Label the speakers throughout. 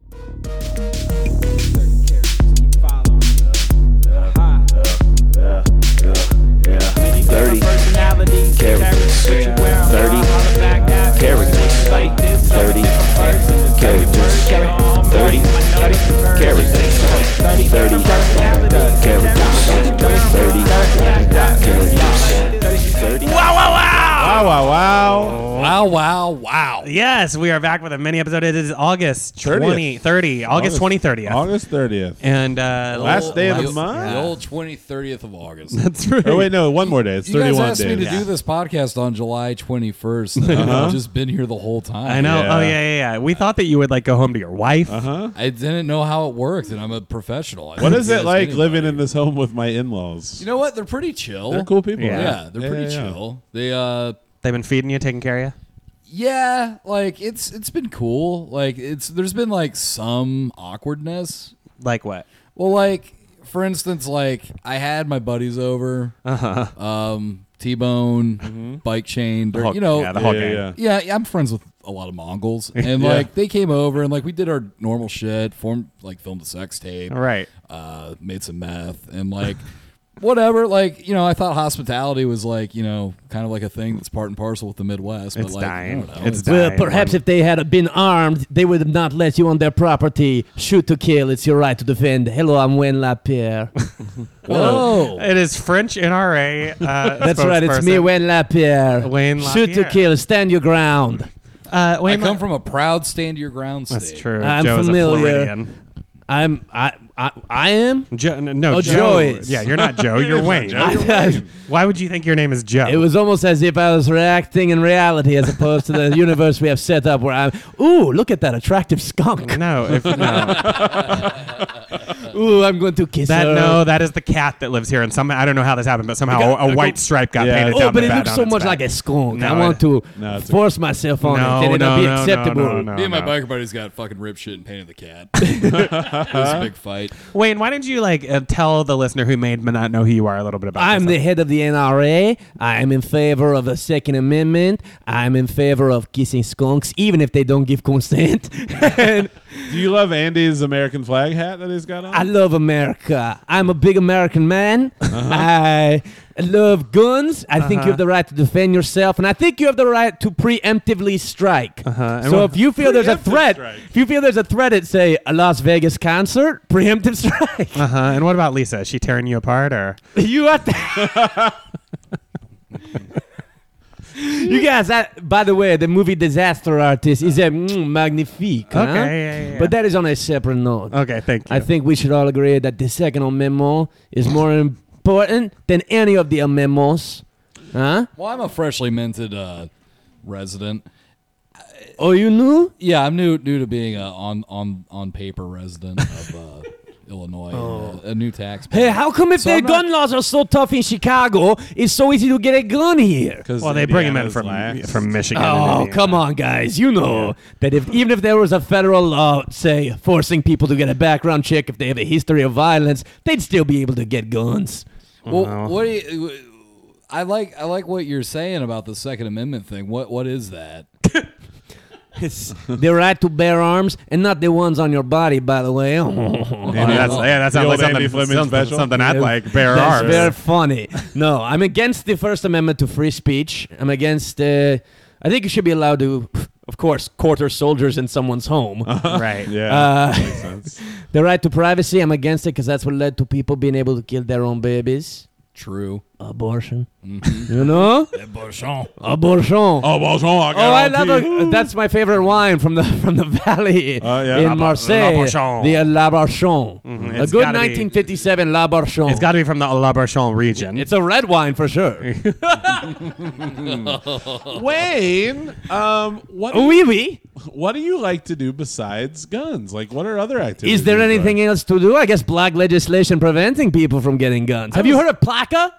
Speaker 1: Uh, Thirty uh, characters. Thirty characters. Thirty characters. Thirty characters. Thirty characters. Thirty characters. Thirty.
Speaker 2: Wow, wow, wow.
Speaker 3: Wow, wow, wow.
Speaker 4: Wow, wow, wow.
Speaker 2: Yes, we are back with a mini episode. It is August
Speaker 3: 30th.
Speaker 2: 20, 30, August 20, 30th.
Speaker 3: August 30th.
Speaker 2: And uh,
Speaker 3: Last day of the
Speaker 4: Last-
Speaker 3: month?
Speaker 4: The old 20, 30th of August.
Speaker 2: That's right.
Speaker 3: Oh, wait, no, one more day. It's
Speaker 4: You guys
Speaker 3: 31
Speaker 4: asked me to
Speaker 3: days. Uh-huh.
Speaker 4: do this podcast on July 21st. and I've just been here the whole time.
Speaker 2: I know.
Speaker 3: Yeah.
Speaker 2: Oh, yeah, yeah, yeah. We thought that you would like go home to your wife.
Speaker 3: Uh-huh.
Speaker 4: I didn't know how it worked, and I'm a professional. I
Speaker 3: What
Speaker 4: didn't
Speaker 3: is it
Speaker 4: ask
Speaker 3: like
Speaker 4: anybody.
Speaker 3: living in this home with my in-laws?
Speaker 4: You know what? They're pretty chill.
Speaker 3: They're cool people.
Speaker 4: Yeah, they're pretty
Speaker 3: yeah, yeah.
Speaker 4: chill. They uh
Speaker 2: They've been feeding you, taking care of you.
Speaker 4: yeah, like it's it's been cool. Like it's there's been like some awkwardness.
Speaker 2: Like what?
Speaker 4: Well, like for instance, like I had my buddies over. Uh-huh. Um T-Bone, Bike Chain, they're-
Speaker 2: Hulk-
Speaker 4: you know,
Speaker 2: yeah, the Hulk
Speaker 3: Yeah,
Speaker 2: gang.
Speaker 3: yeah.
Speaker 4: Yeah, yeah, I'm friends with a lot of Mongols, and
Speaker 3: Yeah.
Speaker 4: like they came over and like we did our normal shit, formed like filmed a sex tape,
Speaker 2: All right.
Speaker 4: uh, made some meth, and like whatever. Like you know, I thought hospitality was like you know kind of like a thing that's part and parcel with the Midwest.
Speaker 2: It's
Speaker 4: but, like, I
Speaker 2: dying.
Speaker 4: don't know.
Speaker 2: It's dying.
Speaker 5: Well, uh, perhaps if they had been armed, they would have not let you on their property. Shoot to kill. It's your right to defend. Hello, I'm Wen Lapierre.
Speaker 4: whoa.
Speaker 2: It is French NRA. Uh,
Speaker 5: That's right. It's me,
Speaker 2: spokesperson.
Speaker 5: Wen Lapierre.
Speaker 2: Wayne
Speaker 5: Shoot to
Speaker 2: Lapierre.
Speaker 5: kill. Stand your ground.
Speaker 2: Uh,
Speaker 4: I
Speaker 2: Wayne
Speaker 4: come
Speaker 2: come
Speaker 4: from a proud stand your ground state.
Speaker 2: That's true.
Speaker 5: I'm
Speaker 2: Joe's
Speaker 5: familiar.
Speaker 2: A Floridian.
Speaker 5: I'm. I. I, I am.
Speaker 2: Joe, n- no,
Speaker 5: Oh,
Speaker 2: Joe.
Speaker 5: Joe is.
Speaker 2: Yeah, you're not Joe. You're Wayne. Why would you think your name is Joe?
Speaker 5: It was almost as if I was reacting in reality as opposed to the universe we have set up where I'm, ooh, look at that attractive skunk.
Speaker 2: no, if, no,
Speaker 5: Ooh, I'm going to kiss
Speaker 2: that
Speaker 5: her.
Speaker 2: no, that is the cat that lives here, and some I don't know how this happened, but somehow
Speaker 5: got-
Speaker 2: a,
Speaker 5: I
Speaker 2: white
Speaker 5: go-
Speaker 2: stripe got
Speaker 3: Yeah.
Speaker 2: painted
Speaker 5: Oh,
Speaker 2: down.
Speaker 5: but
Speaker 2: the
Speaker 5: it
Speaker 2: back
Speaker 5: looks
Speaker 2: on
Speaker 5: so
Speaker 2: its
Speaker 5: much
Speaker 2: back.
Speaker 5: like a skunk.
Speaker 2: No,
Speaker 5: I want
Speaker 2: it-
Speaker 5: to
Speaker 3: no, it's a-
Speaker 5: force myself on
Speaker 2: No,
Speaker 5: it. and
Speaker 2: no,
Speaker 5: it'll be
Speaker 2: no, no,
Speaker 5: acceptable.
Speaker 2: no, no.
Speaker 4: Me and my
Speaker 2: no.
Speaker 4: biker buddies got fucking rib shit and painted the cat. it was a big fight.
Speaker 2: Wayne, why don't you like uh, tell the listener who may not know who you are a little bit about?
Speaker 5: I'm the
Speaker 2: yourself?
Speaker 5: head of the NRA. I am in favor of the Second Amendment. I'm in favor of kissing skunks, even if they don't give consent. And
Speaker 3: Do you love Andy's American flag hat that he's got on?
Speaker 5: I love America. I'm a big American man.
Speaker 2: Uh-huh.
Speaker 5: I love guns. I think you have the right to defend yourself, and I think you have the right to preemptively strike.
Speaker 2: Uh-huh. And
Speaker 5: So
Speaker 2: we'll-
Speaker 5: if you feel there's a
Speaker 3: Preemptive
Speaker 5: threat,
Speaker 3: strike.
Speaker 5: if you feel there's a threat at say a Las Vegas concert, preemptive strike.
Speaker 2: Uh huh. And what about Lisa? Is she tearing you apart or?
Speaker 5: You have to. you guys, that, by the way, the movie Disaster Artist is a mm, magnifique. huh?
Speaker 2: Okay, yeah, yeah, yeah.
Speaker 5: But that is on a separate note.
Speaker 2: Okay, thank you.
Speaker 5: I think we should all agree that the Second Amendment is more important than any of the amendments. Huh?
Speaker 4: Well, I'm a freshly minted uh, resident.
Speaker 5: Oh, you knew?
Speaker 4: Yeah, I'm new new to being a on on on paper resident of uh, Illinois, uh, a new taxpayer.
Speaker 5: Hey, how come if
Speaker 4: So
Speaker 5: their
Speaker 4: I'm not-
Speaker 5: gun laws are so tough in Chicago, it's so easy to get a gun here?
Speaker 2: Well, they bring him in from from Michigan. and
Speaker 5: Oh,
Speaker 2: Indiana.
Speaker 5: come on, guys. You know that if even if there was a federal law, say, forcing people to get a background check if they have a history of violence, they'd still be able to get guns.
Speaker 4: Well, what do you, I like I like what you're saying about the Second Amendment thing. What what is that?
Speaker 5: It's the right to bear arms and not the ones on your body, by the way.
Speaker 2: Oh, that's, yeah, that sounds
Speaker 3: The
Speaker 2: like
Speaker 3: old Andy
Speaker 2: something,
Speaker 3: Fleming
Speaker 2: something,
Speaker 3: special.
Speaker 2: something I'd like. Bare
Speaker 5: That's
Speaker 2: arms.
Speaker 5: very funny. No, I'm against the First Amendment to free speech. I'm against. Uh, I think you should be allowed to, of course, quarter soldiers in someone's home.
Speaker 2: right.
Speaker 3: Yeah,
Speaker 5: Uh,
Speaker 3: makes sense.
Speaker 5: The right to privacy, I'm against it because that's what led to people being able to kill their own babies.
Speaker 4: True.
Speaker 5: Abortion. You know? Abortion. Oh,
Speaker 3: Oh, well, so I, got
Speaker 5: I
Speaker 3: all
Speaker 5: love
Speaker 3: tea.
Speaker 5: a, that's my favorite wine from the from the valley
Speaker 3: Oh, yeah.
Speaker 5: in
Speaker 3: Lab-
Speaker 5: Marseille.
Speaker 2: L'Abortion.
Speaker 5: The L'Abortion. A
Speaker 2: it's
Speaker 5: good
Speaker 2: gotta be-
Speaker 5: 1957 L'Abortion.
Speaker 2: It's got to be from the La Barchon region.
Speaker 5: it's a red wine for sure.
Speaker 3: Wayne, um, what
Speaker 5: oui, oui.
Speaker 3: what do you like to do besides guns? Like, what are other activities?
Speaker 5: Is there
Speaker 3: you enjoy?
Speaker 5: anything else to do? I guess black legislation preventing people from getting guns. Have you heard of PLACA?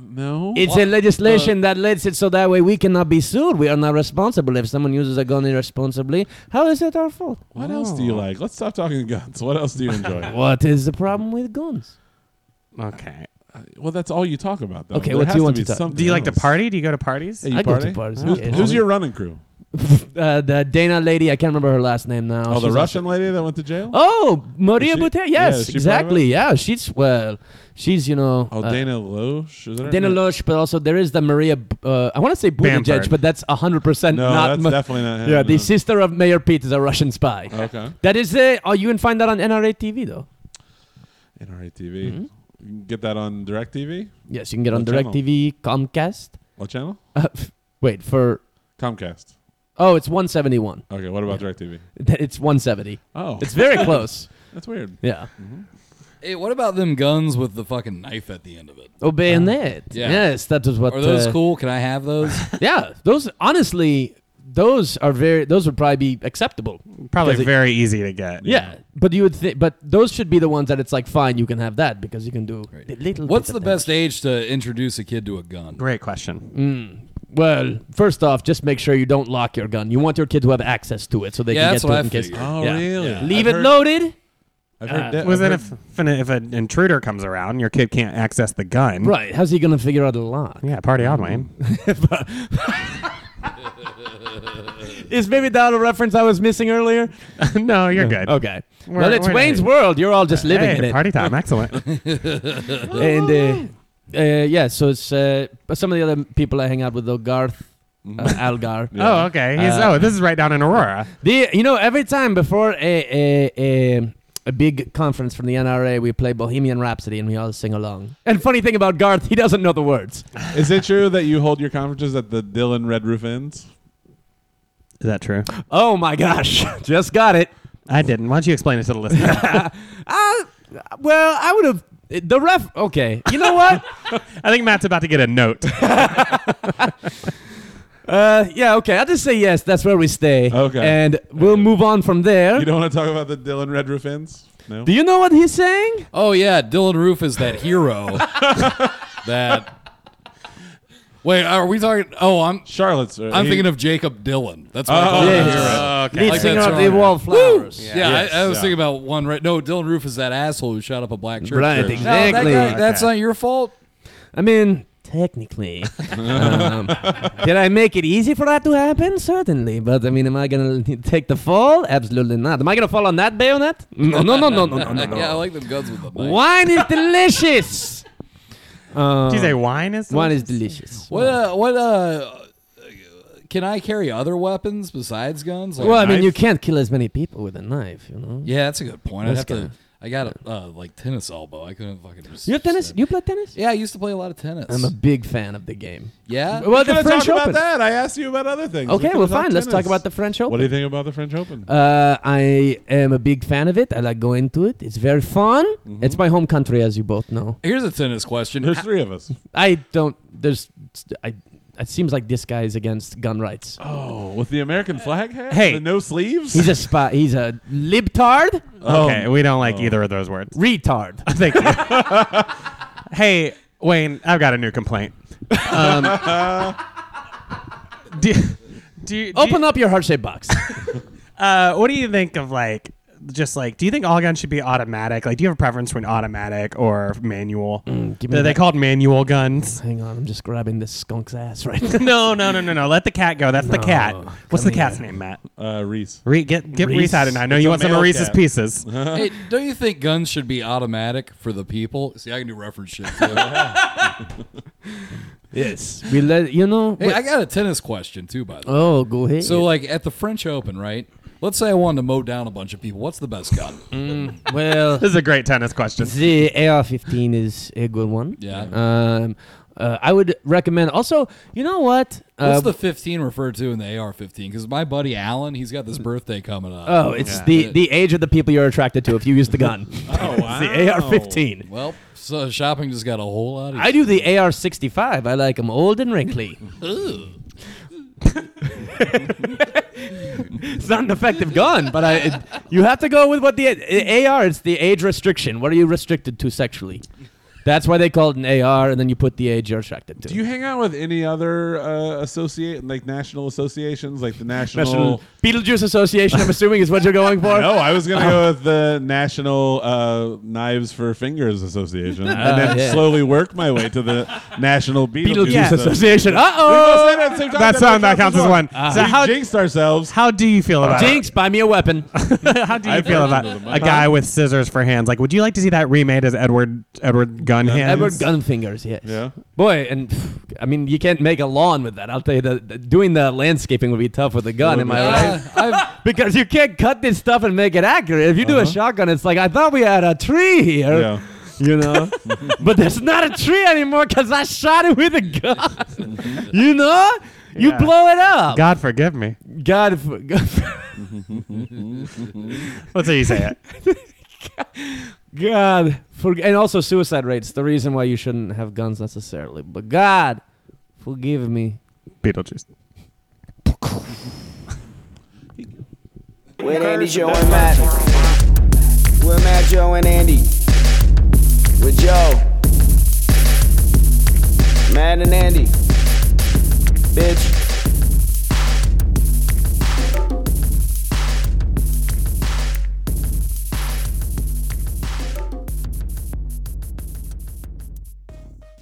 Speaker 3: No.
Speaker 5: It's a legislation that lets it so that way we cannot be sued. We are not responsible if someone uses a gun irresponsibly. How is it our fault?
Speaker 3: what else do you like? Let's stop talking guns. What else do you enjoy?
Speaker 5: What is the problem with guns?
Speaker 2: okay.
Speaker 3: well, that's all you talk about, though.
Speaker 5: Okay,
Speaker 3: There
Speaker 5: what do
Speaker 3: has
Speaker 5: you want
Speaker 3: be
Speaker 5: to talk-
Speaker 3: something
Speaker 2: Do you like to
Speaker 3: else.
Speaker 2: party? Do you go to parties?
Speaker 3: Hey, you
Speaker 5: I go
Speaker 3: party?
Speaker 5: to parties,
Speaker 3: Who's,
Speaker 5: yeah.
Speaker 3: who's your running crew?
Speaker 5: uh, the Dana lady. I can't remember her last name now.
Speaker 3: Oh, the
Speaker 5: She's
Speaker 3: Russian lady that went to jail.
Speaker 5: Oh, Maria
Speaker 3: Is she-
Speaker 5: Butea.
Speaker 3: yeah, is
Speaker 5: Yes,
Speaker 3: she part of
Speaker 5: exactly.
Speaker 3: it?
Speaker 5: Yeah, she's well, she's you know
Speaker 3: Oh,
Speaker 5: uh,
Speaker 3: Dana Loesch. Is that her
Speaker 5: Dana
Speaker 3: name?
Speaker 5: Loesch, but also there is the Maria. B- Uh, I want to say Buttigieg,
Speaker 2: Bamford.
Speaker 5: but that's hundred percent
Speaker 3: No,
Speaker 5: not.
Speaker 3: that's
Speaker 5: Ma-
Speaker 3: definitely not Oh. him.
Speaker 5: yeah, the
Speaker 3: no.
Speaker 5: sister of Mayor Pete is a Russian spy.
Speaker 3: Okay.
Speaker 5: That is it. Oh, you can find that on NRA TV though.
Speaker 3: NRA TV.
Speaker 5: Mm-hmm.
Speaker 3: You can get that on DirecTV.
Speaker 5: Yes, you can get on
Speaker 3: What channel?
Speaker 5: DirecTV, Comcast.
Speaker 3: What channel?
Speaker 5: Uh, wait for.
Speaker 3: Comcast.
Speaker 5: Oh, it's 171.
Speaker 3: Okay. What about DirecTV?
Speaker 5: It's 170.
Speaker 3: Oh,
Speaker 5: It's very close.
Speaker 3: that's weird.
Speaker 5: Yeah.
Speaker 4: Hey, what about them guns with the fucking knife at the end of it?
Speaker 5: Oh, bayonet.
Speaker 4: yeah.
Speaker 5: Yes, that was what.
Speaker 4: Are those
Speaker 5: uh,
Speaker 4: cool? Can I have those?
Speaker 5: Yeah, those honestly, those are very. Those would probably be acceptable.
Speaker 2: Probably
Speaker 5: Because it-
Speaker 2: very easy to get.
Speaker 5: Yeah, but you would think, but those should be the ones that it's like fine, you can have that because you can do a little.
Speaker 4: What's
Speaker 5: bit of
Speaker 4: the best age to introduce a kid to a gun?
Speaker 2: Great question.
Speaker 5: that. mm, Well, first off, just make sure you don't lock your gun. You want your kid to have access to it so they can get
Speaker 4: Yeah, that's
Speaker 5: to
Speaker 4: what
Speaker 5: it
Speaker 4: I
Speaker 5: in case.
Speaker 4: figured.
Speaker 3: Oh,
Speaker 5: Yeah.
Speaker 3: really?
Speaker 4: Yeah.
Speaker 3: I've
Speaker 5: Leave it
Speaker 3: heard-
Speaker 5: loaded.
Speaker 3: I've heard
Speaker 5: Uh,
Speaker 3: da- I've
Speaker 2: Was then
Speaker 3: heard-
Speaker 2: if an, if an intruder comes around, your kid can't access the gun.
Speaker 5: Right? How's he gonna figure out a lock?
Speaker 2: Yeah, party on, Wayne.
Speaker 5: Is maybe that a reference I was missing earlier?
Speaker 2: no, you're good.
Speaker 5: Okay.
Speaker 2: We're-
Speaker 5: well, it's
Speaker 2: we're-
Speaker 5: Wayne's World. You're all just Oh, living
Speaker 2: Hey,
Speaker 5: in it.
Speaker 2: party time. Excellent.
Speaker 5: and uh, uh, yeah, so it's uh, some of the other people I hang out with, though Garth, uh,
Speaker 4: Mm-hmm.
Speaker 5: Algar.
Speaker 2: Oh, okay. He's,
Speaker 5: Uh,
Speaker 2: oh, this is right down in Aurora.
Speaker 5: The you know every time before a a, a a big conference from the NRA, we play Bohemian Rhapsody and we all sing along. And funny thing about Garth, he doesn't know the words.
Speaker 3: Is it true that you hold your conferences at the Dylan Red Roof Inns?
Speaker 2: Is that true?
Speaker 5: Oh my gosh, just got it.
Speaker 2: I didn't. Why don't you explain it to the listener?
Speaker 5: Well, I would have the ref. Okay, you know what?
Speaker 2: I think Matt's about to get a note.
Speaker 5: uh, yeah, okay. I'll just say yes. That's where we stay.
Speaker 3: Okay.
Speaker 5: and we'll move on from there.
Speaker 3: You don't want to talk about the Dylan Red Roof Inns? No.
Speaker 5: Do you know what he's saying?
Speaker 4: Oh yeah, Dylan Roof is that hero. that. Wait, are we talking? Oh, I'm.
Speaker 3: Charlotte's. uh,
Speaker 4: I'm
Speaker 3: he-
Speaker 4: thinking of Jacob Dylan. That's what I
Speaker 3: Oh,
Speaker 4: call
Speaker 3: yeah,
Speaker 4: him.
Speaker 3: yeah, yeah.
Speaker 2: okay.
Speaker 5: Lead
Speaker 4: Like
Speaker 5: singer
Speaker 4: that's
Speaker 5: of
Speaker 4: wrong.
Speaker 5: the Wallflowers.
Speaker 4: Yeah, I, I was
Speaker 3: yeah.
Speaker 4: thinking about one right. No, Dylan Roof is that asshole who shot up a black church.
Speaker 5: Right,
Speaker 4: church.
Speaker 5: exactly.
Speaker 4: No, that guy- that's
Speaker 2: Okay.
Speaker 4: not your fault.
Speaker 5: I mean, technically. um, did I make it easy for that to happen? Certainly. But I mean, am I going to take the fall? Absolutely not. Am I going to fall on that bayonet? No, no, no, no, no, no, no. no.
Speaker 4: yeah, I like them guns with the knife.
Speaker 5: Wine is delicious. Um,
Speaker 2: Did you say wine is?
Speaker 5: wine is delicious.
Speaker 4: What? Uh, what? Uh, can I carry other weapons besides guns? Like
Speaker 5: Well, I
Speaker 4: knife?
Speaker 5: mean, you can't kill as many people with a knife, you know?
Speaker 4: Yeah, that's a good point. I'd
Speaker 5: This
Speaker 4: have to.
Speaker 5: guy.
Speaker 4: I got a uh, like tennis elbow. I couldn't fucking. Resist
Speaker 5: You have tennis?
Speaker 4: that.
Speaker 5: You play tennis?
Speaker 4: Yeah, I used to play a lot of tennis.
Speaker 5: I'm a big fan of the game.
Speaker 4: yeah.
Speaker 5: Well, the
Speaker 3: We're gonna
Speaker 5: French
Speaker 3: talk
Speaker 5: Open.
Speaker 3: about that. I asked you about other things.
Speaker 5: Okay,
Speaker 3: We
Speaker 5: well,
Speaker 3: could've talked
Speaker 5: fine. Let's talk
Speaker 3: tennis.
Speaker 5: about the French Open.
Speaker 3: What do you think about the French Open?
Speaker 5: Uh, I am a big fan of it. I like going to it. It's very fun.
Speaker 4: Mm-hmm.
Speaker 5: It's my home country, as you both know.
Speaker 4: Here's a tennis question.
Speaker 3: There's three of us.
Speaker 5: I don't. There's. I. It seems like this guy is against gun rights.
Speaker 3: Oh, with the American flag hat?
Speaker 2: Hey.
Speaker 3: The no sleeves?
Speaker 5: He's a spy. He's a libtard,
Speaker 2: Okay,
Speaker 5: oh.
Speaker 2: we don't like either of those words.
Speaker 5: retard.
Speaker 2: Thank you. hey, Wayne, I've got a new complaint. Um, do, do, do,
Speaker 5: Open up your heart-shaped box.
Speaker 2: Uh, what do you think of like just like do you think all guns should be automatic? Like, do you have a preference between automatic or manual?
Speaker 5: give me
Speaker 2: Are they
Speaker 5: that.
Speaker 2: called manual guns?
Speaker 5: Hang on, I'm just grabbing this skunk's ass right now.
Speaker 2: no, no, no, no, no. Let the cat go. That's the cat.
Speaker 5: No,
Speaker 2: What's
Speaker 5: come
Speaker 2: the cat's name, Matt?
Speaker 3: Uh, Reese.
Speaker 2: Re- get get Reese.
Speaker 5: Reese.
Speaker 2: out of here. I know
Speaker 3: It's
Speaker 2: you
Speaker 3: a
Speaker 2: want some of
Speaker 3: male
Speaker 2: Reese's
Speaker 3: cat.
Speaker 2: pieces.
Speaker 4: Hey, don't you think guns should be automatic for the people? See, I can do reference shit. Too. hey,
Speaker 5: yes, we let you know. wait-
Speaker 4: I got a tennis question too, by the way.
Speaker 5: oh, go ahead.
Speaker 4: So, like at the French Open, right? Let's say I wanted to mow down a bunch of people. What's the best gun?
Speaker 5: Uh, well,
Speaker 2: This is a great tennis question.
Speaker 5: the AR-15 is a good one.
Speaker 4: Yeah.
Speaker 5: Um, uh, I would recommend. Also, you know what?
Speaker 4: What's
Speaker 5: Uh,
Speaker 4: the 15 referred to in the AR-15? Because my buddy Alan, he's got this birthday coming up.
Speaker 5: Oh, it's the, the age of the people you're attracted to if you use the gun.
Speaker 3: Oh, wow.
Speaker 5: the AR-15.
Speaker 4: Well, so shopping just got a whole lot of.
Speaker 5: I do the AR-65. I like 'em old and wrinkly. it's not an effective gun, but I it, you have to go with what the, uh, AR. It's the age restriction. What are you restricted to sexually? That's why they call it an AR, and then you put the age you're attracted to.
Speaker 3: Do you hang out with any other uh, associate like national associations, like the national?
Speaker 5: National Beetlejuice Association, I'm assuming, is what you're going for.
Speaker 3: No, I was gonna go with the National uh, Knives for Fingers Association, and then
Speaker 5: Ah, yeah.
Speaker 3: slowly work my way to the National Beetlejuice.
Speaker 5: Beetlejuice
Speaker 2: Yeah.
Speaker 5: Association. Uh
Speaker 3: We both
Speaker 5: oh.
Speaker 3: said it at the same time.
Speaker 2: That sound that counts as one. So
Speaker 3: we
Speaker 2: how
Speaker 3: jinxed ourselves.
Speaker 2: how do you feel about
Speaker 5: Jinx, buy me a weapon.
Speaker 2: it? How do you
Speaker 3: I
Speaker 2: feel
Speaker 3: prefer
Speaker 2: about
Speaker 3: to do the
Speaker 2: a guy with scissors for hands? Like, would you like to see that remade as Edward Edward Gun hands?
Speaker 5: Edward Gunfingers, yes.
Speaker 3: Yeah.
Speaker 5: Boy, and pff, I mean, you can't make a lawn with that. I'll tell you, the, the- doing the landscaping would be tough with a gun, am I right?
Speaker 4: Uh, I've-
Speaker 5: Because you can't cut this stuff and make it accurate. If you do a shotgun, it's like, I thought we had a tree here,
Speaker 3: Yeah.
Speaker 5: you know? but there's not a tree anymore because I shot it with a gun. you know? You
Speaker 2: Yeah.
Speaker 5: blow it up.
Speaker 2: God forgive me.
Speaker 5: God, f- God,
Speaker 2: Let's how you say it.
Speaker 5: God for, and also suicide rates. The reason why you shouldn't have guns necessarily, but God, forgive me.
Speaker 2: Beetlejuice.
Speaker 6: With Andy, Joe, and Matt. With Matt, Joe, and Andy.